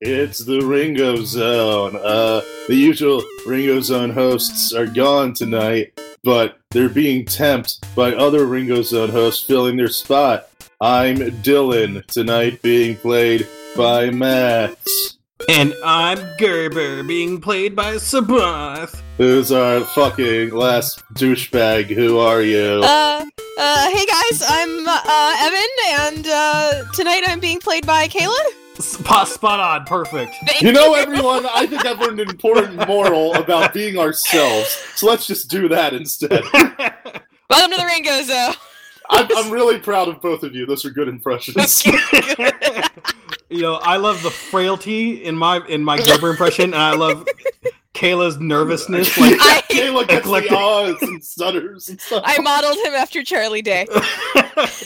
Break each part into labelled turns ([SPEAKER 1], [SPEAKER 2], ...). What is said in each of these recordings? [SPEAKER 1] It's the Ringo Zone. Uh, the usual Ringo Zone hosts are gone tonight, but they're being temped by other Ringo Zone hosts filling their spot. I'm Dylan, tonight being played by Matt,
[SPEAKER 2] And I'm Gerber, being played by Sabath.
[SPEAKER 1] who's our fucking last douchebag. Who are you?
[SPEAKER 3] Uh, uh, hey guys, I'm uh, Evan, and uh, tonight I'm being played by Kayla.
[SPEAKER 2] Spot, spot on, perfect.
[SPEAKER 1] You know, everyone, I think I've learned an important moral about being ourselves, so let's just do that instead.
[SPEAKER 3] Welcome to the Ringo Zone.
[SPEAKER 1] I'm, I'm really proud of both of you. Those are good impressions.
[SPEAKER 2] you know, I love the frailty in my in my Gerber impression, and I love Kayla's nervousness. Like,
[SPEAKER 3] I-
[SPEAKER 1] Kayla gets
[SPEAKER 2] Eclectic.
[SPEAKER 1] the ahs and stutters and stuff.
[SPEAKER 3] I modeled him after Charlie Day.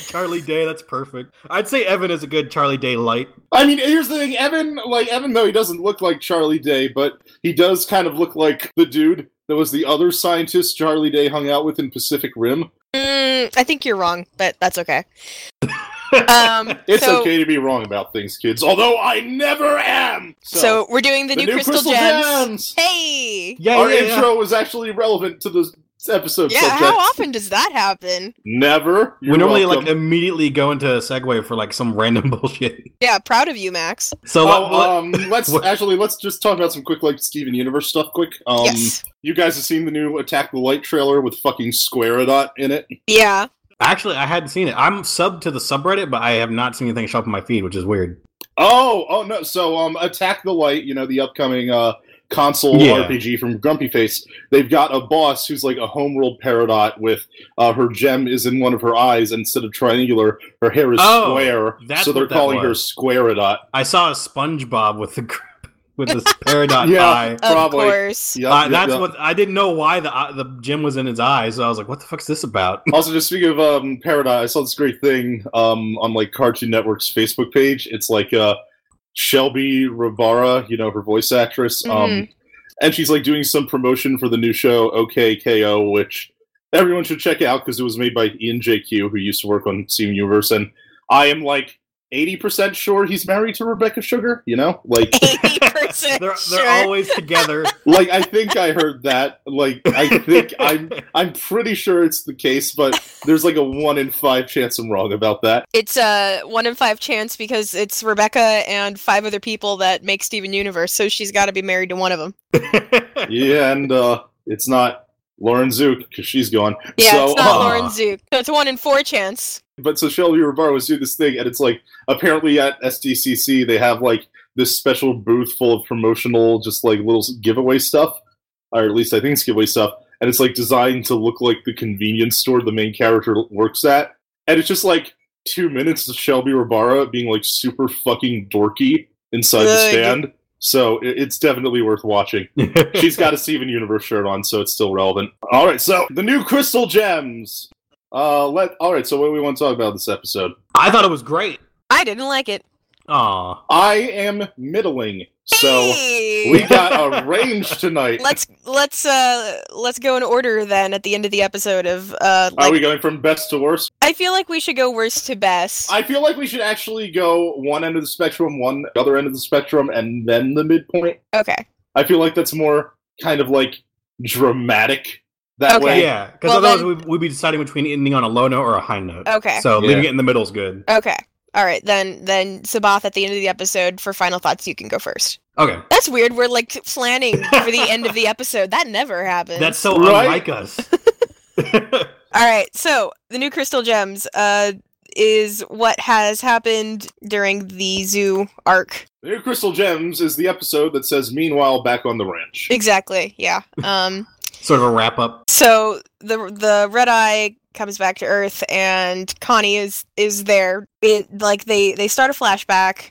[SPEAKER 2] Charlie Day, that's perfect. I'd say Evan is a good Charlie Day light.
[SPEAKER 1] I mean, here's the thing, Evan. Like Evan, though he doesn't look like Charlie Day, but he does kind of look like the dude that was the other scientist Charlie Day hung out with in Pacific Rim.
[SPEAKER 3] Mm, I think you're wrong, but that's okay. Um,
[SPEAKER 1] It's
[SPEAKER 3] so,
[SPEAKER 1] okay to be wrong about things, kids. Although I never am.
[SPEAKER 3] So, we're doing the, new, Crystal, Gems. Hey.
[SPEAKER 2] Yeah,
[SPEAKER 1] Our
[SPEAKER 2] yeah, yeah.
[SPEAKER 1] intro was actually relevant to this episode
[SPEAKER 3] Yeah,
[SPEAKER 1] subject.
[SPEAKER 3] how often does that happen?
[SPEAKER 1] Never.
[SPEAKER 2] we
[SPEAKER 1] You're
[SPEAKER 2] normally
[SPEAKER 1] welcome.
[SPEAKER 2] like immediately go into a segue for like some random bullshit.
[SPEAKER 3] Yeah, proud of you, Max.
[SPEAKER 2] So what, what-
[SPEAKER 1] Oh, um, let's
[SPEAKER 2] what-
[SPEAKER 1] actually let's just talk about some quick like Steven Universe stuff. Quick, um,
[SPEAKER 3] yes.
[SPEAKER 1] you guys have seen the new Attack the Light trailer with fucking Squaredot in it.
[SPEAKER 3] Yeah.
[SPEAKER 2] actually, I hadn't seen it. I'm subbed to the subreddit, but I have not seen anything show up in my feed, which is weird.
[SPEAKER 1] Oh, oh no! So, um, Attack the Light, you know, the upcoming uh, console
[SPEAKER 2] Yeah.
[SPEAKER 1] RPG from Grumpy Face. They've got a boss who's like a homeworld paradot with uh, her gem is in one of her eyes instead of triangular. Her hair is
[SPEAKER 2] Oh,
[SPEAKER 1] square,
[SPEAKER 2] that's
[SPEAKER 1] so they're
[SPEAKER 2] what that
[SPEAKER 1] calling her
[SPEAKER 2] was.
[SPEAKER 1] Squaredot.
[SPEAKER 2] I saw a SpongeBob with the gr- with the paradot
[SPEAKER 1] Yeah.
[SPEAKER 2] eye.
[SPEAKER 1] Probably.
[SPEAKER 3] Of course.
[SPEAKER 1] Yeah,
[SPEAKER 2] Uh, that's what I didn't know why the eye the gem was in his eye, so I was like, "What the fuck's this about?"
[SPEAKER 1] also, just speaking of um, Paradise, I saw this great thing um, on like Cartoon Network's Facebook page. It's like uh, Shelby Rivara, you know, her voice actress, um,
[SPEAKER 3] Mhm.
[SPEAKER 1] and she's like doing some promotion for the new show OKKO, which everyone should check out because it was made by Ian JQ, who used to work on Steam Universe, and I am like. 80% sure he's married to Rebecca Sugar, you know? Like
[SPEAKER 3] 80%.
[SPEAKER 2] They're
[SPEAKER 3] sure.
[SPEAKER 2] they're always together.
[SPEAKER 1] like I think I heard that. Like I think I'm I'm pretty sure it's the case, but there's like a 1 in 5 chance I'm wrong about that.
[SPEAKER 3] It's a one in five chance because it's Rebecca and five other people that make Steven Universe, so she's got to be married to one of them.
[SPEAKER 1] yeah, and uh, it's not Lauren Zook because she's gone.
[SPEAKER 3] Yeah,
[SPEAKER 1] so,
[SPEAKER 3] it's not
[SPEAKER 2] uh,
[SPEAKER 3] Lauren Zook. So it's a one in four chance.
[SPEAKER 1] But so Shelby Rabar was doing this thing, and it's like apparently at SDCC they have like this special booth full of promotional, just like little giveaway stuff, or at least I think it's giveaway stuff, and it's like designed to look like the convenience store the main character works at, and it's just like two minutes of Shelby Rabara being like super fucking dorky inside the
[SPEAKER 3] Good.
[SPEAKER 1] stand. So it- it's definitely worth watching. She's got a Steven Universe shirt on, so it's still relevant. All right, so the new crystal gems. Uh, let all right. So what do we want to talk about this episode?
[SPEAKER 2] I thought it was great.
[SPEAKER 3] I didn't like it.
[SPEAKER 2] Aw.
[SPEAKER 1] I am middling, so
[SPEAKER 3] Hey!
[SPEAKER 1] we got a range tonight.
[SPEAKER 3] let's let's uh let's go in order then at the end of the episode of
[SPEAKER 1] Are
[SPEAKER 3] uh like
[SPEAKER 1] we going from best to worst?
[SPEAKER 3] I feel like we should go worst to best.
[SPEAKER 1] I feel like we should actually go one end of the spectrum, one other end of the spectrum, and then the midpoint.
[SPEAKER 3] okay.
[SPEAKER 1] I feel like that's more kind of like dramatic that
[SPEAKER 3] Okay.
[SPEAKER 1] way.
[SPEAKER 2] Yeah, because
[SPEAKER 3] Well,
[SPEAKER 2] otherwise
[SPEAKER 3] then-
[SPEAKER 2] we'd, we'd be deciding between ending on a low note or a high note.
[SPEAKER 3] Okay.
[SPEAKER 2] So
[SPEAKER 1] Yeah.
[SPEAKER 2] leaving it in the middle is good.
[SPEAKER 3] Okay. All right, then then Sabath at the end of the episode for final thoughts you can go first.
[SPEAKER 2] Okay.
[SPEAKER 3] That's weird. We're like planning for the end of the episode. That never happens.
[SPEAKER 2] That's so
[SPEAKER 1] Right?
[SPEAKER 2] unlike us.
[SPEAKER 3] All right, so the new crystal gems uh, is what has happened during the zoo arc.
[SPEAKER 1] The new crystal gems is the episode that says, "Meanwhile, back on the ranch."
[SPEAKER 3] Exactly. Yeah. Um.
[SPEAKER 2] sort of a wrap up.
[SPEAKER 3] So the the red eye comes back to Earth, and Connie is is there. It like they they start a flashback,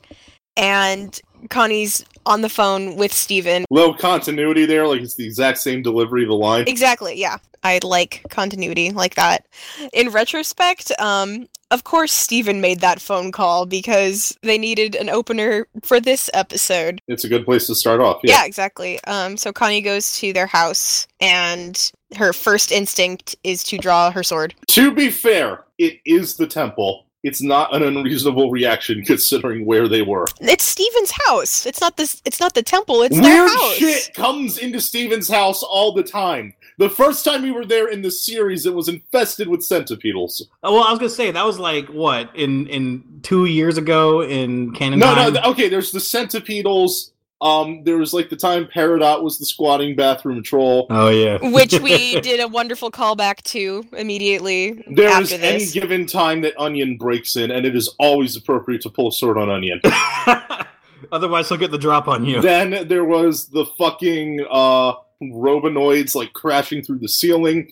[SPEAKER 3] and Connie's on the phone with Steven.
[SPEAKER 1] low continuity there. Like it's the exact same delivery of the line.
[SPEAKER 3] Exactly. Yeah. I like continuity like that. In retrospect, um, of course, Steven made that phone call because they needed an opener for this episode.
[SPEAKER 1] It's a good place to start off.
[SPEAKER 3] Yeah,
[SPEAKER 1] Yeah.
[SPEAKER 3] exactly. Um, so Connie goes to their house, and her first instinct is to draw her sword.
[SPEAKER 1] To be fair, it is the temple. it's not an unreasonable reaction considering where they were.
[SPEAKER 3] It's Steven's house. It's not this. It's not the temple. It's their
[SPEAKER 1] Weird
[SPEAKER 3] house.
[SPEAKER 1] shit comes into Steven's house all the time. The first time we were there in the series, it was infested with centipedals.
[SPEAKER 2] Oh, well, I was gonna say that was like what in in two years ago in canon.
[SPEAKER 1] No, no,
[SPEAKER 2] time?
[SPEAKER 1] th- okay. There's the centipedals. Um, there was like the time Peridot was the squatting bathroom troll.
[SPEAKER 2] Oh yeah.
[SPEAKER 3] Which we did a wonderful callback to immediately
[SPEAKER 1] There is
[SPEAKER 3] after
[SPEAKER 1] any
[SPEAKER 3] this.
[SPEAKER 1] given time that Onion breaks in, and it is always appropriate to pull a sword on Onion.
[SPEAKER 2] Otherwise, he'll get the drop on you.
[SPEAKER 1] then there was the fucking uh, robonoids like crashing through the ceiling.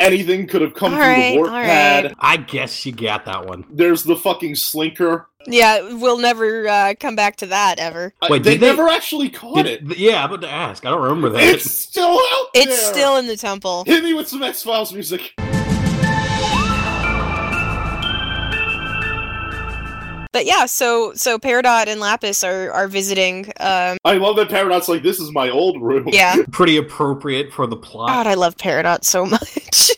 [SPEAKER 1] Anything could have come
[SPEAKER 3] All
[SPEAKER 1] through
[SPEAKER 3] right,
[SPEAKER 1] the warp
[SPEAKER 3] all right.
[SPEAKER 1] pad.
[SPEAKER 2] I guess she got that one.
[SPEAKER 1] There's the fucking slinker.
[SPEAKER 3] Yeah, we'll never uh, come back to that ever.
[SPEAKER 1] Uh,
[SPEAKER 2] Wait,
[SPEAKER 1] they
[SPEAKER 2] did they-
[SPEAKER 1] never actually caught
[SPEAKER 2] Did-
[SPEAKER 1] it.
[SPEAKER 2] th- yeah, I'm about to ask. I don't remember that.
[SPEAKER 1] It's still out
[SPEAKER 3] It's
[SPEAKER 1] there.
[SPEAKER 3] still in the temple.
[SPEAKER 1] Hit me with some X Files music.
[SPEAKER 3] But yeah, so so Peridot and Lapis are are visiting. Um,
[SPEAKER 1] I love that Paradox. Like this is my old room.
[SPEAKER 3] yeah,
[SPEAKER 2] Pretty appropriate for the
[SPEAKER 3] God,
[SPEAKER 2] plot.
[SPEAKER 3] I love Peridot so much.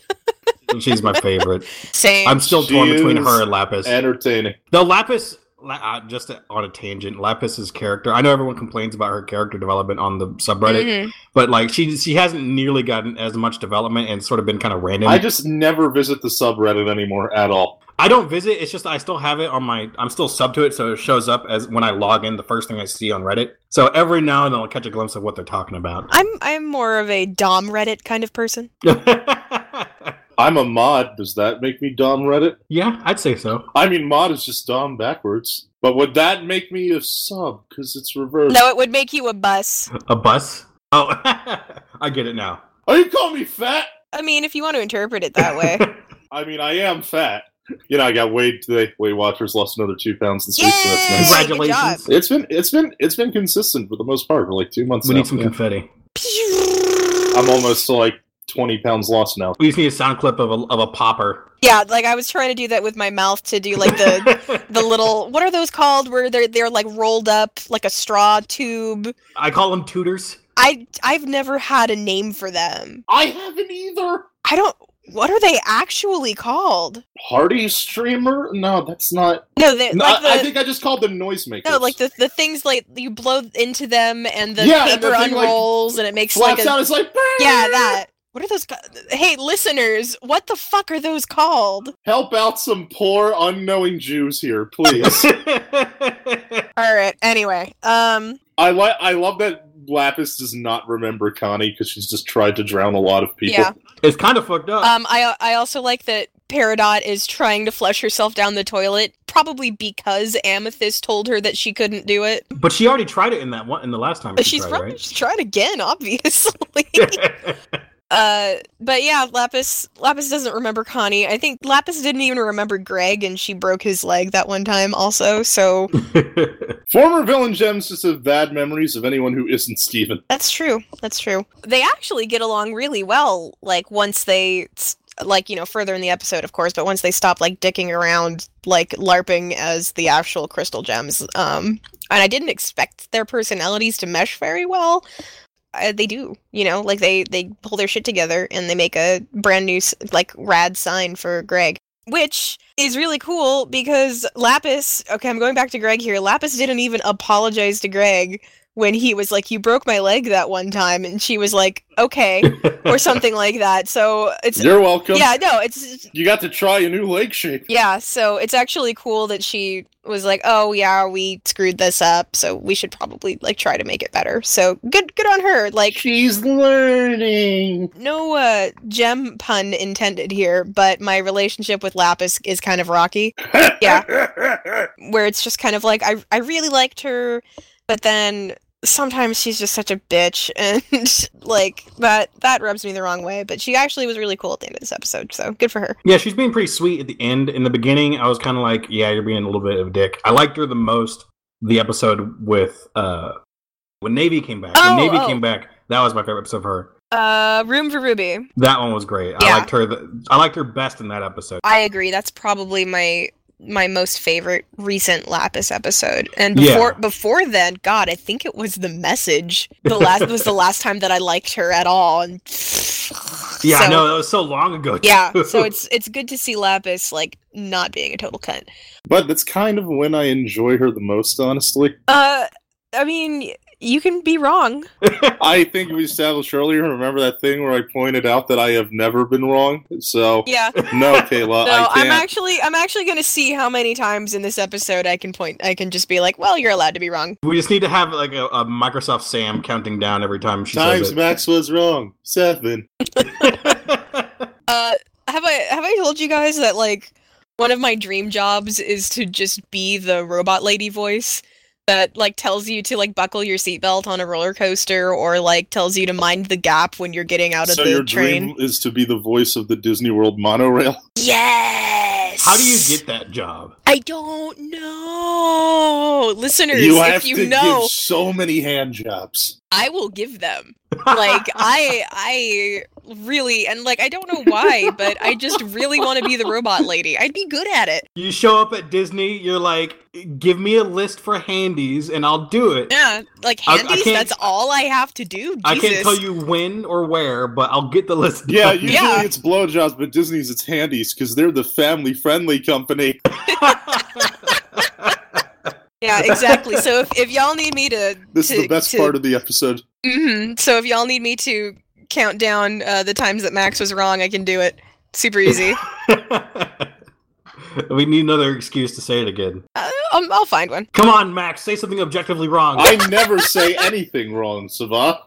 [SPEAKER 2] She's my favorite.
[SPEAKER 3] Same.
[SPEAKER 2] I'm still torn
[SPEAKER 1] She
[SPEAKER 2] between
[SPEAKER 1] is
[SPEAKER 2] her and Lapis.
[SPEAKER 1] Entertaining.
[SPEAKER 2] Though Lapis, La- uh, just on a tangent, Lapis's character. I know everyone complains about her character development on the subreddit,
[SPEAKER 3] Mhm.
[SPEAKER 2] but like she she hasn't nearly gotten as much development and sort of been kind of random.
[SPEAKER 1] I just never visit the subreddit anymore at all.
[SPEAKER 2] I don't visit. It's just I still have it on my. I'm still sub to it, so it shows up as when I log in, the first thing I see on Reddit. So every now and then I'll catch a glimpse of what they're talking about.
[SPEAKER 3] I'm I'm more of a Dom Reddit kind of person.
[SPEAKER 1] I'm a mod. Does that make me Dom Reddit?
[SPEAKER 2] yeah, I'd say so.
[SPEAKER 1] I mean, mod is just Dom backwards. But would that make me a sub? Because it's reversed.
[SPEAKER 3] No, it would make you a bus.
[SPEAKER 2] A bus. Oh, I get it now.
[SPEAKER 1] Are Oh, you calling me fat?
[SPEAKER 3] I mean, if you want to interpret it that way.
[SPEAKER 1] I mean, I am fat. You know, I got weighed today. Weight Watchers lost another two pounds this week, so that's
[SPEAKER 3] Yay!
[SPEAKER 1] nice.
[SPEAKER 3] good job.
[SPEAKER 2] Congratulations.
[SPEAKER 1] It's been it's been it's been consistent for the most part for like two months.
[SPEAKER 2] We
[SPEAKER 1] now.
[SPEAKER 2] need some confetti.
[SPEAKER 1] I'm almost to like twenty pounds lost now.
[SPEAKER 2] We just need a sound clip of a of a popper.
[SPEAKER 3] Yeah, like I was trying to do that with my mouth to do like the the little what are those called where they're they're like rolled up like a straw tube.
[SPEAKER 2] I call them tutors.
[SPEAKER 3] I I've never had a name for them.
[SPEAKER 1] I haven't either.
[SPEAKER 3] I don't what are they actually called?
[SPEAKER 1] Party streamer? No, that's not.
[SPEAKER 3] No, they
[SPEAKER 1] No,
[SPEAKER 3] like the
[SPEAKER 1] I think I just called them noisemakers.
[SPEAKER 3] no, like the, the things like you blow into them and the
[SPEAKER 1] Yeah, and the
[SPEAKER 3] paper
[SPEAKER 1] thing, like,
[SPEAKER 3] unrolls and it makes like
[SPEAKER 1] flaps
[SPEAKER 3] a
[SPEAKER 1] out. It's like
[SPEAKER 3] Yeah, that. What are those? ca- Hey, listeners, what the fuck are those called?
[SPEAKER 1] Help out some poor unknowing Jews here, please.
[SPEAKER 3] All right. Anyway, um,
[SPEAKER 1] I like. I love that Lapis does not remember Connie because she's just tried to drown a lot of people.
[SPEAKER 3] Yeah.
[SPEAKER 2] it's kind of fucked up.
[SPEAKER 3] um, I I also like that Peridot is trying to flush herself down the toilet, probably because Amethyst told her that she couldn't do it.
[SPEAKER 2] but she already tried it in that one in the last time.
[SPEAKER 3] Um, But
[SPEAKER 2] she
[SPEAKER 3] she's
[SPEAKER 2] tried,
[SPEAKER 3] probably
[SPEAKER 2] right?
[SPEAKER 3] just trying again, obviously. uh, but yeah, Lapis Lapis doesn't remember Connie. I think Lapis didn't even remember Greg, and she broke his leg that one time also. So
[SPEAKER 1] Former villain gems just have bad memories of anyone who isn't Steven.
[SPEAKER 3] That's true. That's true. They actually get along really well. Like once they, s- like you know, further in the episode, of course, but once they stop like dicking around, like larping as the actual crystal gems. Um, and I didn't expect their personalities to mesh very well. Uh, they do, you know, like they they pull their shit together and they make a brand new s- like rad sign for Greg. Which is really cool because Lapis. Okay, I'm going back to Greg here. Lapis didn't even apologize to Greg when he was like, "You broke my leg that one time," and she was like, "Okay," or something like that. So it's
[SPEAKER 1] You're welcome.
[SPEAKER 3] yeah, no, it's
[SPEAKER 1] You got to try a new leg shape.
[SPEAKER 3] yeah. So it's actually cool that she was like, "Oh yeah, we screwed this up, so we should probably like try to make it better." So good, good on her. Like
[SPEAKER 1] She's learning.
[SPEAKER 3] no uh, gem pun intended here, but my relationship with Lapis is kind of rocky.
[SPEAKER 1] Yeah.
[SPEAKER 3] where it's just kind of like I I really liked her, but then sometimes she's just such a bitch and like that that rubs me the wrong way. But she actually was really cool at the end of this episode, so good for her.
[SPEAKER 2] yeah, she's being pretty sweet at the end. In the beginning, I was kind of like, yeah, you're being a little bit of a dick. I liked her the most the episode with uh when Navy came back.
[SPEAKER 3] Oh,
[SPEAKER 2] when Navy
[SPEAKER 3] oh.
[SPEAKER 2] came back, that was my favorite episode of her.
[SPEAKER 3] Uh, room for Ruby.
[SPEAKER 2] That one was great. I
[SPEAKER 3] Yeah.
[SPEAKER 2] liked her. The, I liked her best in that episode.
[SPEAKER 3] I agree. That's probably my my most favorite recent Lapis episode. And
[SPEAKER 2] Yeah.
[SPEAKER 3] before before then, God, I think it was the message. The last was the last time that I liked her at all. And
[SPEAKER 2] Yeah,
[SPEAKER 3] So-
[SPEAKER 2] I know that was so long ago.
[SPEAKER 3] Yeah,
[SPEAKER 2] too.
[SPEAKER 3] so it's it's good to see Lapis like not being a total cunt.
[SPEAKER 1] But that's kind of when I enjoy her the most, honestly.
[SPEAKER 3] Uh, I mean, y- you can be wrong.
[SPEAKER 1] I think we established earlier, remember that thing where I pointed out that I have never been wrong? So,
[SPEAKER 3] Yeah.
[SPEAKER 1] no, Kayla,
[SPEAKER 3] No,
[SPEAKER 1] I
[SPEAKER 3] I'm
[SPEAKER 1] can't.
[SPEAKER 3] actually I'm actually gonna see how many times in this episode I can point I can just be like, well, you're allowed to be wrong.
[SPEAKER 2] we just need to have like a, a Microsoft Sam counting down every time she
[SPEAKER 1] Times
[SPEAKER 2] says it.
[SPEAKER 1] Max was wrong. Seven.
[SPEAKER 3] Uh, have I have I told you guys that like one of my dream jobs is to just be the robot lady voice that like tells you to like buckle your seatbelt on a roller coaster or like tells you to mind the gap when you're getting out of
[SPEAKER 1] So
[SPEAKER 3] the
[SPEAKER 1] your
[SPEAKER 3] train.
[SPEAKER 1] dream is to be the voice of the Disney World monorail.
[SPEAKER 3] Yes.
[SPEAKER 2] How do you get that job?
[SPEAKER 3] I don't know, listeners.
[SPEAKER 1] you
[SPEAKER 3] if
[SPEAKER 1] have
[SPEAKER 3] you
[SPEAKER 1] to
[SPEAKER 3] know,
[SPEAKER 1] give so many hand jobs.
[SPEAKER 3] I will give them. like i i really and like i don't know why but i just really want to be the robot lady i'd be good at it
[SPEAKER 2] you show up at Disney, you're like, give me a list for handies, and I'll do it.
[SPEAKER 3] yeah like
[SPEAKER 2] I- I
[SPEAKER 3] handies
[SPEAKER 2] can't-
[SPEAKER 3] that's all i have to do Jesus.
[SPEAKER 2] I can't tell you when or where, but I'll get the list.
[SPEAKER 1] Yeah,
[SPEAKER 2] done.
[SPEAKER 1] usually
[SPEAKER 3] Yeah.
[SPEAKER 1] it's blowjobs, but Disney's it's handies because they're the family-friendly company.
[SPEAKER 3] yeah exactly so if, if y'all need me to
[SPEAKER 1] This
[SPEAKER 3] to-
[SPEAKER 1] is the best
[SPEAKER 3] to-
[SPEAKER 1] part of the episode.
[SPEAKER 3] Mhm. so if y'all need me to count down uh, the times that max was wrong i can do it super easy
[SPEAKER 2] we need another excuse to say it again.
[SPEAKER 3] uh, um, i'll find one
[SPEAKER 2] Come on, Max, say something objectively wrong.
[SPEAKER 1] I never say anything wrong, Savah.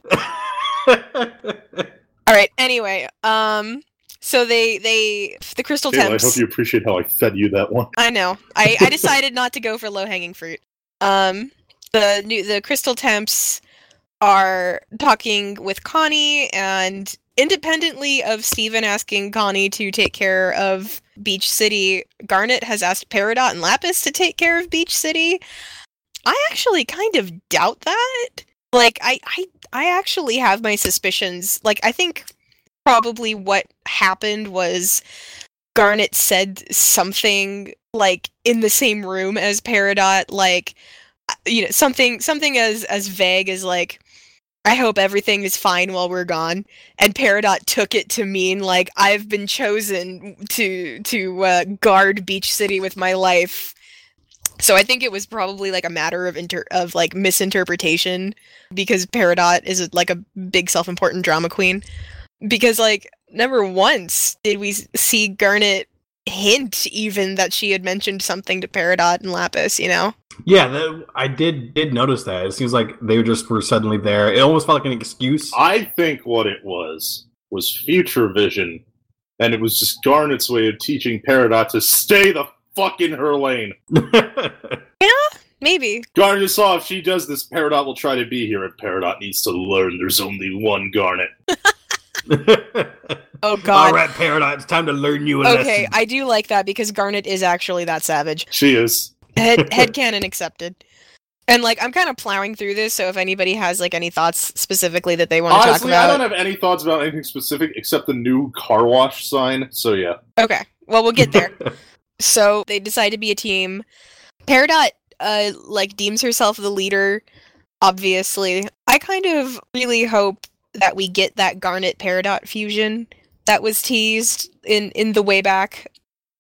[SPEAKER 3] all right anyway um so they they the crystal
[SPEAKER 1] Kayla, I
[SPEAKER 3] temps
[SPEAKER 1] hope you appreciate how I fed you that one.
[SPEAKER 3] I know. I, I decided not to go for low hanging fruit. Um, the new the crystal temps are talking with Connie and independently of Steven asking Connie to take care of Beach City, Garnet has asked Peridot and Lapis to take care of Beach City. I actually kind of doubt that. Like I I I actually have my suspicions. Like I think probably what happened was Garnet said something like in the same room as Peridot, like uh, you know something something as as vague as like I hope everything is fine while we're gone. And Peridot took it to mean like I've been chosen to to uh, guard Beach City with my life. So I think it was probably like a matter of inter- of like misinterpretation because Peridot is like a big self-important drama queen. Because like never once did we s- see Garnet hint even that she had mentioned something to Peridot and Lapis, you know?
[SPEAKER 2] yeah, that, I did did notice that. It seems like they just were suddenly there. It almost felt like an excuse.
[SPEAKER 1] I think what it was was future vision, and it was just Garnet's way of teaching Peridot to stay the fuck in her lane.
[SPEAKER 3] Maybe.
[SPEAKER 1] Garnet saw if she does this, Peridot will try to be here, and Peridot needs to learn there's only one Garnet.
[SPEAKER 3] Oh
[SPEAKER 2] All
[SPEAKER 3] god.
[SPEAKER 2] right, Peridot, it's time to learn you a
[SPEAKER 3] Okay,
[SPEAKER 2] lesson.
[SPEAKER 3] I do like that because Garnet is actually that savage.
[SPEAKER 1] She is.
[SPEAKER 3] Head headcanon accepted. And like I'm kind of plowing through this, so if anybody has like any thoughts specifically that they want to talk
[SPEAKER 1] Honestly, I
[SPEAKER 3] about.
[SPEAKER 1] don't have any thoughts about anything specific except the new car wash sign, so yeah.
[SPEAKER 3] Okay. Well, we'll get there. so they decide to be a team. Peridot, uh, like deems herself the leader. Obviously, I kind of really hope that we get that Garnet Peridot fusion that was teased in in the way back,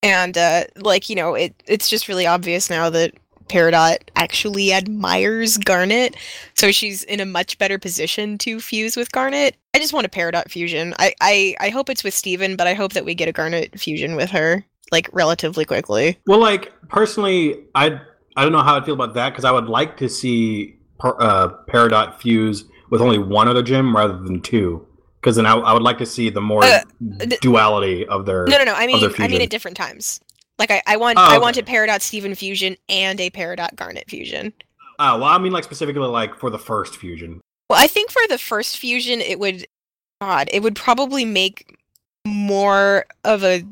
[SPEAKER 3] and uh, like you know, it it's just really obvious now that Peridot actually admires Garnet, so she's in a much better position to fuse with Garnet. I just want a Peridot fusion. I I, I hope it's with Steven, but I hope that we get a Garnet fusion with her like relatively quickly.
[SPEAKER 2] Well, like personally, I I don't know how I feel about that because I would like to see per, uh, Peridot fuse with only one other gym rather than two. Because then I, I would like to see the more
[SPEAKER 3] Uh,
[SPEAKER 2] duality of their.
[SPEAKER 3] No, no, no. I mean, I
[SPEAKER 2] fusion.
[SPEAKER 3] mean at different times. Like I, I want,
[SPEAKER 2] Oh,
[SPEAKER 3] I
[SPEAKER 2] okay.
[SPEAKER 3] want a Peridot Steven fusion and a Peridot Garnet fusion.
[SPEAKER 2] Oh, well, I mean, like specifically, like for the first fusion.
[SPEAKER 3] Well, I think for the first fusion, it would, God, it would probably make more of a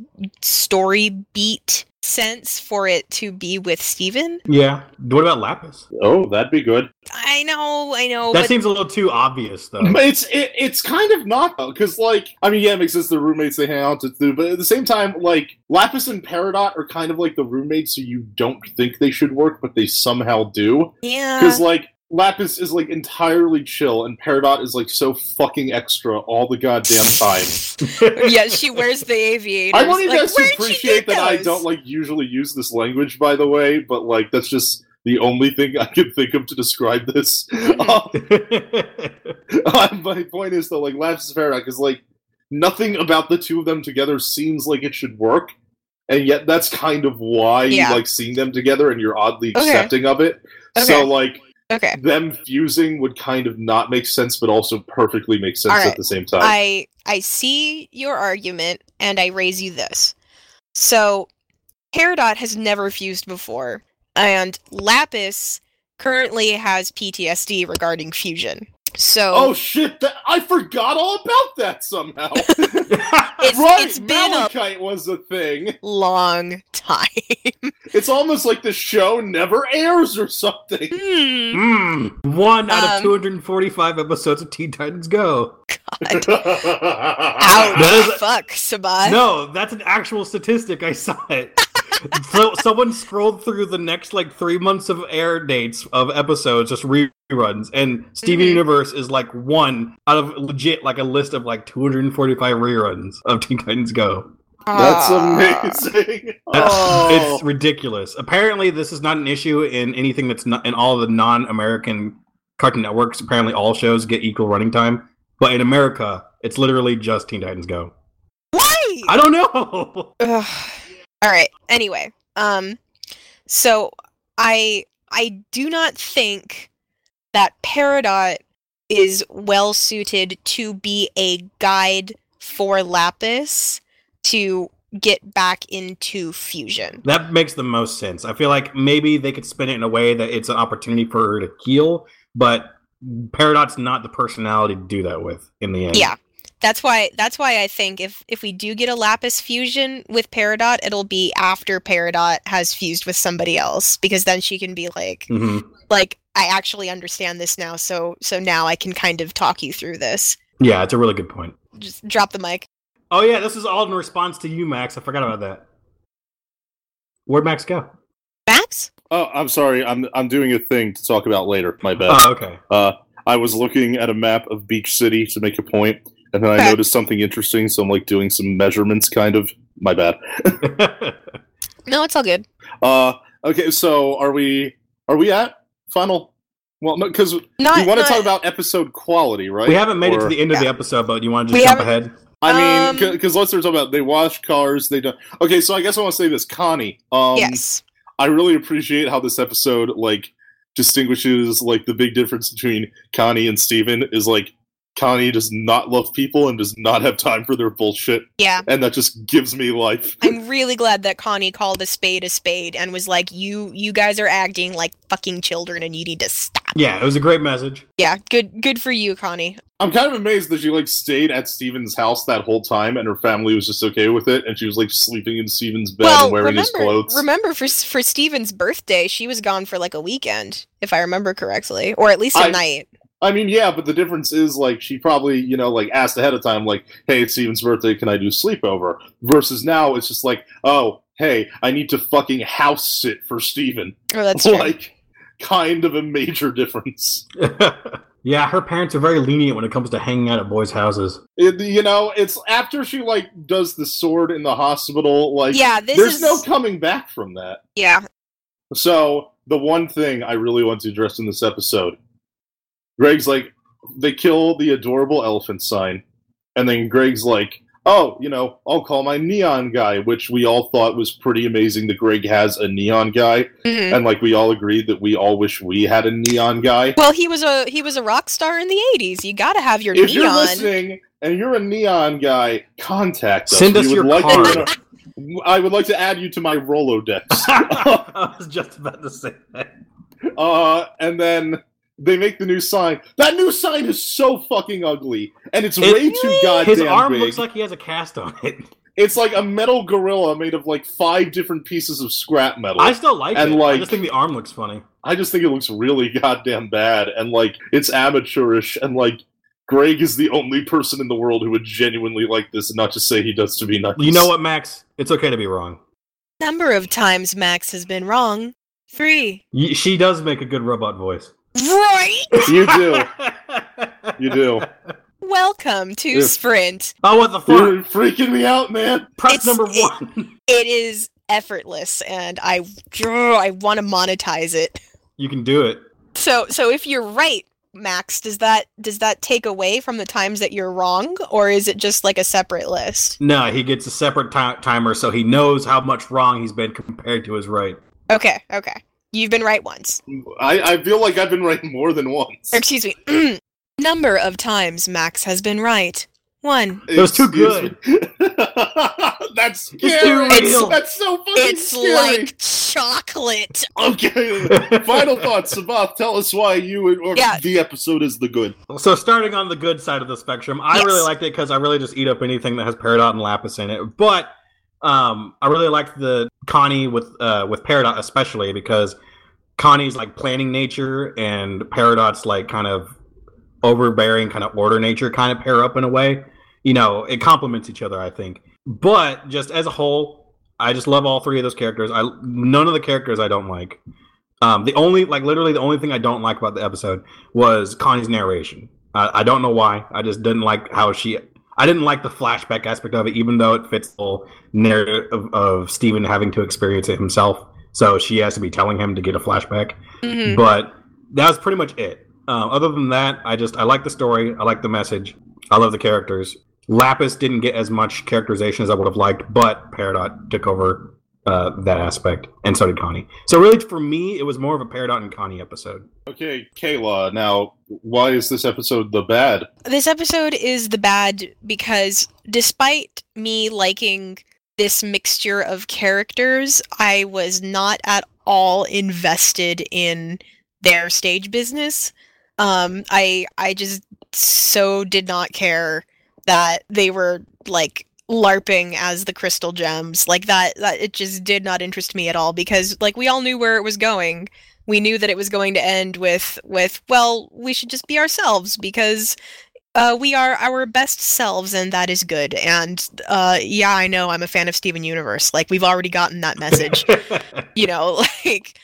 [SPEAKER 3] story beat sense for it to be with Steven.
[SPEAKER 2] Yeah. What about Lapis?
[SPEAKER 1] Oh, that'd be good.
[SPEAKER 3] I know, I know,
[SPEAKER 2] that
[SPEAKER 3] but
[SPEAKER 2] seems a little too obvious, though.
[SPEAKER 1] But it's it, it's kind of not though, because like I mean, yeah, it makes sense the roommates they hang out to do, but at the same time, like Lapis and Peridot are kind of like the roommates who you don't think they should work, but they somehow do.
[SPEAKER 3] yeah,
[SPEAKER 1] Because like Lapis is like entirely chill, and Peridot is like so fucking extra all the goddamn time.
[SPEAKER 3] yeah, she wears the aviators.
[SPEAKER 1] I want you
[SPEAKER 3] Like,
[SPEAKER 1] guys to
[SPEAKER 3] where'd she
[SPEAKER 1] appreciate
[SPEAKER 3] get
[SPEAKER 1] that I
[SPEAKER 3] those?
[SPEAKER 1] don't like usually use this language, by the way, but like that's just the only thing I can think of to describe this. Um,
[SPEAKER 3] Mm-hmm.
[SPEAKER 1] my point is though, like Lapis and Peridot is like nothing about the two of them together seems like it should work, and yet that's kind of why
[SPEAKER 3] Yeah.
[SPEAKER 1] you like seeing them together, and you're oddly
[SPEAKER 3] Okay.
[SPEAKER 1] accepting of it. So
[SPEAKER 3] Okay.
[SPEAKER 1] like
[SPEAKER 3] Okay.
[SPEAKER 1] them fusing would kind of not make sense, but also perfectly make sense
[SPEAKER 3] Alright.
[SPEAKER 1] at the same time.
[SPEAKER 3] I I see your argument and I raise you this. So Peridot has never fused before, and Lapis currently has PTSD regarding fusion. So
[SPEAKER 1] oh shit! That, I forgot all about that somehow.
[SPEAKER 3] it's,
[SPEAKER 1] right,
[SPEAKER 3] it's been a
[SPEAKER 1] Malachite was a thing.
[SPEAKER 3] long time.
[SPEAKER 1] It's almost like the show never airs or something.
[SPEAKER 3] Hmm,
[SPEAKER 2] Mm, one out
[SPEAKER 3] Um,
[SPEAKER 2] of 245 episodes of Teen Titans Go.
[SPEAKER 3] Ouch.
[SPEAKER 2] That is-
[SPEAKER 3] Fuck, Sabat.
[SPEAKER 2] no, that's an actual statistic. I saw it. so someone scrolled through the next like three months of air dates of episodes, just reruns, and Steven
[SPEAKER 3] Mhm.
[SPEAKER 2] Universe is like one out of legit like a list of like 245 reruns of Teen Titans Go.
[SPEAKER 1] That's
[SPEAKER 3] Ah.
[SPEAKER 1] amazing.
[SPEAKER 2] That's-
[SPEAKER 1] Oh.
[SPEAKER 2] It's ridiculous. Apparently, this is not an issue in anything that's not in all the non-American Cartoon Networks. Apparently, all shows get equal running time, but in America, it's literally just Teen Titans Go.
[SPEAKER 3] Why?
[SPEAKER 2] I don't know.
[SPEAKER 3] Ugh. All right. Anyway, um, so I I do not think that Peridot is well suited to be a guide for Lapis to get back into fusion.
[SPEAKER 2] That makes the most sense. I feel like maybe they could spin it in a way that it's an opportunity for her to heal, but Peridot's not the personality to do that with in the end.
[SPEAKER 3] Yeah. That's why that's why I think if if we do get a Lapis fusion with Peridot, it'll be after Peridot has fused with somebody else because then she can be like
[SPEAKER 2] hmm
[SPEAKER 3] like I actually understand this now, so so now I can kind of talk you through this.
[SPEAKER 2] Yeah, it's a really good point.
[SPEAKER 3] Just drop the mic.
[SPEAKER 2] Oh yeah, this is all in response to you, Max. I forgot about that. Where'd Max go?
[SPEAKER 3] Max?
[SPEAKER 1] oh, I'm sorry. I'm I'm doing a thing to talk about later. My bad.
[SPEAKER 2] Oh, okay.
[SPEAKER 1] Uh, I was looking at a map of Beach City to make a point, and then I
[SPEAKER 3] Okay.
[SPEAKER 1] noticed something interesting, so I'm like doing some measurements, kind of. My bad.
[SPEAKER 3] No, it's all good.
[SPEAKER 1] Uh, okay, so are we are we at final? Well, no, because we
[SPEAKER 3] Not
[SPEAKER 1] want to
[SPEAKER 3] not-
[SPEAKER 1] talk about episode quality, right?
[SPEAKER 2] we haven't made it to
[SPEAKER 1] Or-
[SPEAKER 2] the end of the episode, but you want to just
[SPEAKER 3] We
[SPEAKER 2] jump ahead?
[SPEAKER 1] I mean,
[SPEAKER 3] Um,
[SPEAKER 1] because let's start talking about they wash cars. They don't. Okay, so I guess I want to say this, Connie. Um,
[SPEAKER 3] yes.
[SPEAKER 1] I really appreciate how this episode like distinguishes like the big difference between Connie and Steven is like Connie does not love people and does not have time for their bullshit,
[SPEAKER 3] Yeah.
[SPEAKER 1] and that just gives me life.
[SPEAKER 3] I'm really glad that Connie called a spade a spade and was like, You you guys are acting like fucking children and you need to stop.
[SPEAKER 2] Yeah, it was a great message.
[SPEAKER 3] Yeah, good good for you, Connie.
[SPEAKER 1] I'm kind of amazed that she like stayed at Steven's house that whole time and her family was just okay with it and she was like sleeping in Steven's bed
[SPEAKER 3] well,
[SPEAKER 1] and wearing his
[SPEAKER 3] remember
[SPEAKER 1] clothes.
[SPEAKER 3] remember for S- for Steven's birthday, she was gone for like a weekend, if I remember correctly. Or at least a
[SPEAKER 1] I-
[SPEAKER 3] night.
[SPEAKER 1] I mean, yeah, but the difference is like she probably, you know, like asked ahead of time, like, "Hey, it's Steven's birthday. Can I do sleepover?" Versus now, it's just like, "Oh, hey, I need to fucking house sit for Steven.
[SPEAKER 3] Oh that's true.
[SPEAKER 1] like, kind of a major difference.
[SPEAKER 2] yeah, her parents are very lenient when it comes to hanging out at boys' houses.
[SPEAKER 1] It- you know, it's after she like does the sword in the hospital. Like,
[SPEAKER 3] yeah, this
[SPEAKER 1] there's
[SPEAKER 3] is
[SPEAKER 1] no coming back from that.
[SPEAKER 3] Yeah.
[SPEAKER 1] So the one thing I really want to address in this episode, Greg's like, they kill the adorable elephant sign, and then Greg's like, oh, you know, I'll call my neon guy, which we all thought was pretty amazing that Greg has a neon guy,
[SPEAKER 3] Mhm.
[SPEAKER 1] and like we all agreed that we all wish we had a neon guy.
[SPEAKER 3] Well, he was a he was a rock star in the '80s. You got to have your
[SPEAKER 1] if you're
[SPEAKER 3] neon.
[SPEAKER 1] listening and you're a neon guy, contact us.
[SPEAKER 2] Send
[SPEAKER 1] We
[SPEAKER 2] us
[SPEAKER 1] would
[SPEAKER 2] your
[SPEAKER 1] like
[SPEAKER 2] card.
[SPEAKER 1] to- I would like to add you to my Rolodex.
[SPEAKER 2] I was just about to say that.
[SPEAKER 1] Uh, and then they make the new sign. That new sign is so fucking ugly, and it's
[SPEAKER 2] It-
[SPEAKER 1] way too goddamn
[SPEAKER 2] His arm
[SPEAKER 1] big.
[SPEAKER 2] looks like he has a cast on it.
[SPEAKER 1] it's like a metal gorilla made of like five different pieces of scrap metal.
[SPEAKER 2] I
[SPEAKER 1] I,
[SPEAKER 2] still like
[SPEAKER 1] And,
[SPEAKER 2] it. I
[SPEAKER 1] like-
[SPEAKER 2] just think the arm looks funny.
[SPEAKER 1] just think it looks really goddamn bad, and like it's amateurish, and like Greg is the only person in the world who would genuinely like this, and not just say he does to be nice.
[SPEAKER 2] You know what, Max? It's okay to be wrong.
[SPEAKER 3] Number of times Max has been wrong. Three.
[SPEAKER 2] Y- She does make a good robot voice.
[SPEAKER 3] Right.
[SPEAKER 1] You do. You do.
[SPEAKER 3] Welcome to
[SPEAKER 1] Yeah.
[SPEAKER 3] Sprint.
[SPEAKER 2] Oh, what the fuck?
[SPEAKER 1] You're freaking me out, man.
[SPEAKER 2] Press
[SPEAKER 3] It's-
[SPEAKER 2] number
[SPEAKER 3] it-
[SPEAKER 2] one.
[SPEAKER 3] It is effortless, and I oh, I want to monetize it.
[SPEAKER 2] you can do it.
[SPEAKER 3] So so if you're right, Max, does that does that take away from the times that you're wrong, or is it just like a separate list?
[SPEAKER 2] No, he gets a separate ti- timer, so he knows how much wrong he's been compared to his right.
[SPEAKER 3] Okay, okay. You've been right once.
[SPEAKER 1] I, I feel like I've been right more than once.
[SPEAKER 3] Or, excuse me. Number of times Max has been right. One.
[SPEAKER 2] was too
[SPEAKER 1] Excuse me. That's
[SPEAKER 2] too
[SPEAKER 1] scary.
[SPEAKER 2] real.
[SPEAKER 1] That's so fucking
[SPEAKER 3] It's
[SPEAKER 1] scary.
[SPEAKER 3] like chocolate.
[SPEAKER 1] Okay. Final thoughts, Sabath. Tell us why you and- or
[SPEAKER 3] Yeah.
[SPEAKER 1] the episode is the good.
[SPEAKER 2] So starting on the good side of the spectrum, I
[SPEAKER 3] Yes.
[SPEAKER 2] really liked it because I really just eat up anything that has peridot and lapis in it. But um, I really liked the Connie with uh, with peridot especially because Connie's like planning nature and peridot's like kind of overbearing, kind of order nature, kind of pair up in a way. You know, it complements each other, I think. But just as a whole, I just love all three of those characters. I none of the characters I don't like. Um, the only like literally the only thing I don't like about the episode was Connie's narration. I, I don't know why. I just didn't like how she. I didn't like the flashback aspect of it, even though it fits the whole narrative of, of Steven having to experience it himself. So she has to be telling him to get a flashback.
[SPEAKER 3] Mhm.
[SPEAKER 2] But that was pretty much it. Um, other than that, I just I like the story. I like the message. I love the characters. Lapis didn't get as much characterization as I would have liked, but Peridot took over uh, that aspect, and so did Connie. So really, for me, it was more of a Peridot and Connie episode.
[SPEAKER 1] Okay, Kayla. Now, why is this episode the bad?
[SPEAKER 3] This episode is the bad because despite me liking this mixture of characters, I was not at all invested in their stage business. Um, I I just so did not care that they were like larping as the crystal gems like that that it just did not interest me at all because like we all knew where it was going we knew that it was going to end with with well we should just be ourselves because uh, we are our best selves, and that is good. And uh, yeah, I know I'm a fan of Steven Universe. Like we've already gotten that message, you know. Like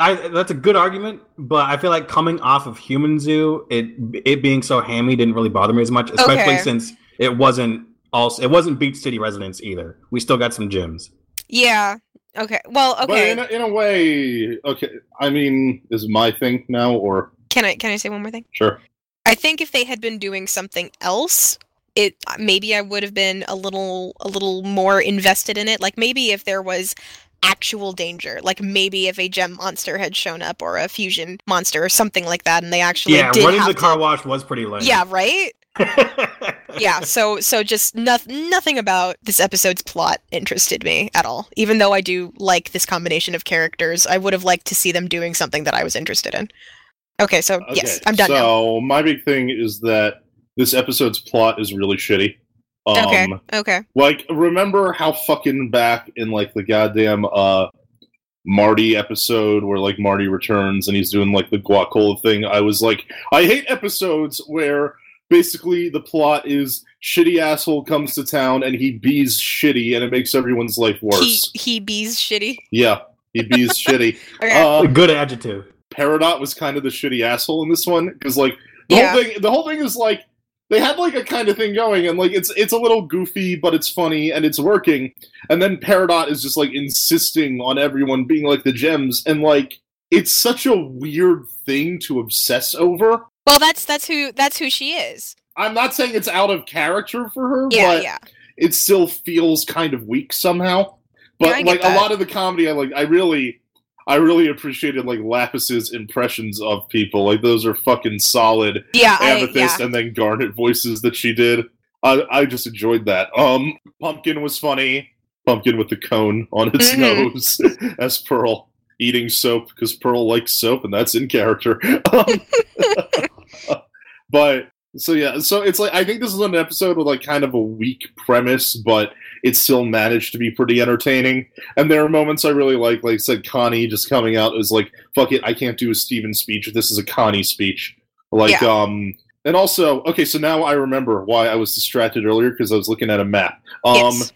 [SPEAKER 2] I, that's a good argument, but I feel like coming off of Human Zoo, it it being so hammy didn't really bother me as much, especially
[SPEAKER 3] Okay.
[SPEAKER 2] since it wasn't also it wasn't Beach City Residents either. We still got some gyms.
[SPEAKER 3] yeah, okay. Well,
[SPEAKER 1] But
[SPEAKER 3] okay.
[SPEAKER 1] in a, in a way, okay. I mean, is my thing now or
[SPEAKER 3] can I can I say one more thing?
[SPEAKER 1] sure?
[SPEAKER 3] I think if they had been doing something else, it maybe I would have been a little a little more invested in it. Like maybe if there was actual danger, like maybe if a gem monster had shown up or a fusion monster or something like that, and they actually
[SPEAKER 2] yeah,
[SPEAKER 3] did
[SPEAKER 2] running
[SPEAKER 3] have
[SPEAKER 2] the
[SPEAKER 3] to-
[SPEAKER 2] car wash was pretty lame.
[SPEAKER 3] Yeah, right. yeah so so just nothing nothing about this episode's plot interested me at all even though i do like this combination of characters i would have liked to see them doing something that i was interested in okay so
[SPEAKER 1] Okay,
[SPEAKER 3] yes i'm done now
[SPEAKER 1] So my big thing is that this episode's plot is really shitty. Um,
[SPEAKER 3] okay okay
[SPEAKER 1] Like, remember how fucking back in like the goddamn uh Marty episode where like Marty returns and he's doing like the guacola thing? I was like, I hate episodes where basically the plot is shitty asshole comes to town and he bees shitty and it makes everyone's life
[SPEAKER 3] he
[SPEAKER 1] worse.
[SPEAKER 3] he bees shitty
[SPEAKER 1] yeah, he bees shitty.
[SPEAKER 3] okay
[SPEAKER 2] A
[SPEAKER 1] Uh,
[SPEAKER 2] good adjective.
[SPEAKER 1] Peridot was kind of the shitty asshole in this one because like the
[SPEAKER 3] Yeah.
[SPEAKER 1] whole thing the whole thing is like they had like a kind of thing going and like it's it's a little goofy but it's funny and it's working and then Peridot is just like insisting on everyone being like the gems and like it's such a weird thing to obsess over.
[SPEAKER 3] well that's that's who that's who she is
[SPEAKER 1] I'm not saying it's out of character for her,
[SPEAKER 3] yeah
[SPEAKER 1] but
[SPEAKER 3] yeah
[SPEAKER 1] it still feels kind of weak somehow.
[SPEAKER 3] Yeah, I
[SPEAKER 1] But
[SPEAKER 3] get
[SPEAKER 1] like a
[SPEAKER 3] that.
[SPEAKER 1] lot of the comedy, I like. I really, I really appreciated like Lapis's impressions of people. Like those are fucking solid.
[SPEAKER 3] yeah I, yeah
[SPEAKER 1] Amethyst and then Garnet voices that she did. I, I just enjoyed that. Um, Pumpkin was funny. Pumpkin with the cone on its
[SPEAKER 3] Mhm.
[SPEAKER 1] nose as Pearl eating soap because Pearl likes soap and that's in character. Um, but so yeah, so it's like I think this is an episode with like kind of a weak premise, but it still managed to be pretty entertaining. And there are moments I really like, like I said Connie just coming out is like, fuck it, I can't do a Steven speech. This is a Connie speech. Like
[SPEAKER 3] Yeah.
[SPEAKER 1] um and also, okay, so now I remember why I was distracted earlier because I was looking at a map. Um
[SPEAKER 3] yes.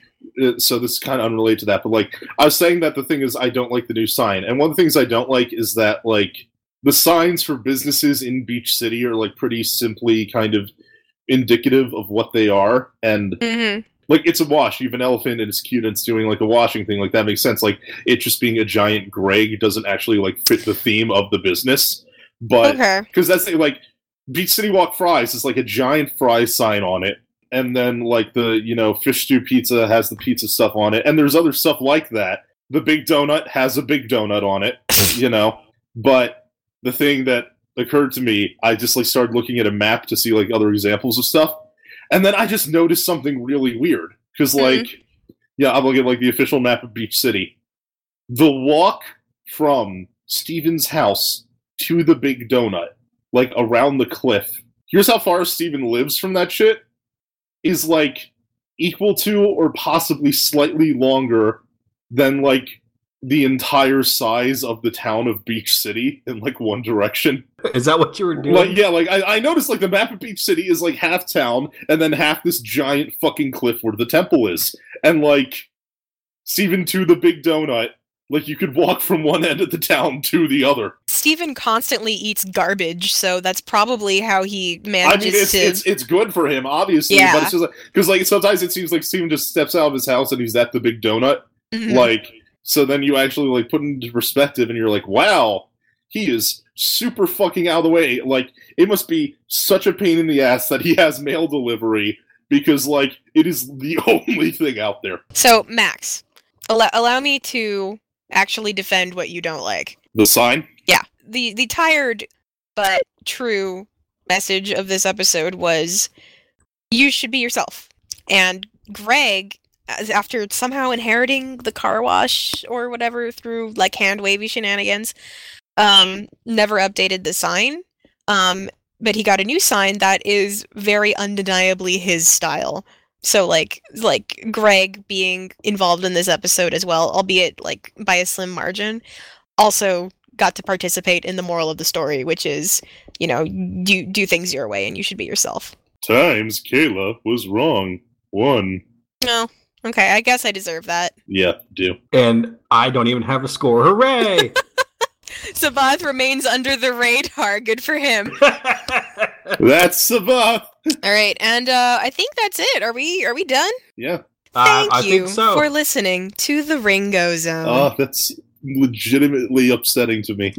[SPEAKER 1] uh, so this is kind of unrelated to that, but like I was saying that the thing is I don't like the new sign, and one of the things I don't like is that like the signs for businesses in Beach City are like pretty simply kind of indicative of what they are and
[SPEAKER 3] hmm
[SPEAKER 1] like it's a wash you have an elephant and it's cute and it's doing like a washing thing like that makes sense like it just being a giant greg doesn't actually like fit the theme of the business but
[SPEAKER 3] Okay.
[SPEAKER 1] because that's the- like Beach City Walk fries is like a giant fry sign on it, and then like the you know fish stew pizza has the pizza stuff on it, and there's other stuff like that. The big donut has a big donut on it, you know. But the thing that occurred to me, I just like started looking at a map to see like other examples of stuff, and then I just noticed something really weird because like yeah, I'm looking at like the official map of Beach City. The walk from Steven's house to the big donut, like around the cliff. Here's how far Steven lives from that shit is like equal to or possibly slightly longer than like the entire size of the town of Beach City in like one direction.
[SPEAKER 2] Is that what you were doing?
[SPEAKER 1] Like yeah, like I, I noticed like the map of Beach City is like half town and then half this giant fucking cliff where the temple is. And like Steven to the big donut, like you could walk from one end of the town to the other.
[SPEAKER 3] Steven constantly eats garbage, so that's probably how he
[SPEAKER 1] I
[SPEAKER 3] manages
[SPEAKER 1] mean, it's,
[SPEAKER 3] to.
[SPEAKER 1] it's it's good for him, obviously,
[SPEAKER 3] Yeah.
[SPEAKER 1] but it's just like because like sometimes it seems like Steven just steps out of his house and he's at the big donut.
[SPEAKER 3] Mhm.
[SPEAKER 1] Like so, then you actually like put it into perspective, and you're like, wow, he is super fucking out of the way. Like it must be such a pain in the ass that he has mail delivery because like it is the only thing out there.
[SPEAKER 3] So, Max, allow, allow me to actually defend what you don't like.
[SPEAKER 1] The sign.
[SPEAKER 3] Yeah, the the tired but true message of this episode was you should be yourself. And Greg as- after somehow inheriting the car wash or whatever through like hand wavy shenanigans um never updated the sign um but he got a new sign that is very undeniably his style so like like greg being involved in this episode as well albeit like by a slim margin also got to participate in the moral of the story which is you know do do things your way and you should be yourself
[SPEAKER 1] Times Kayla was wrong. One.
[SPEAKER 3] no Oh, okay i guess i deserve that
[SPEAKER 1] Yeah, do.
[SPEAKER 2] and I don't even have a score. Hooray!
[SPEAKER 3] sabath remains under the radar good for him
[SPEAKER 2] Uh,
[SPEAKER 1] That's Sabath.
[SPEAKER 3] all right and uh i think that's it are we are we done
[SPEAKER 1] Yeah.
[SPEAKER 2] I-
[SPEAKER 3] thank
[SPEAKER 2] I
[SPEAKER 3] you
[SPEAKER 2] think so. Oh,
[SPEAKER 3] for listening to the ringo zone
[SPEAKER 1] uh, Ah, that's legitimately upsetting to me.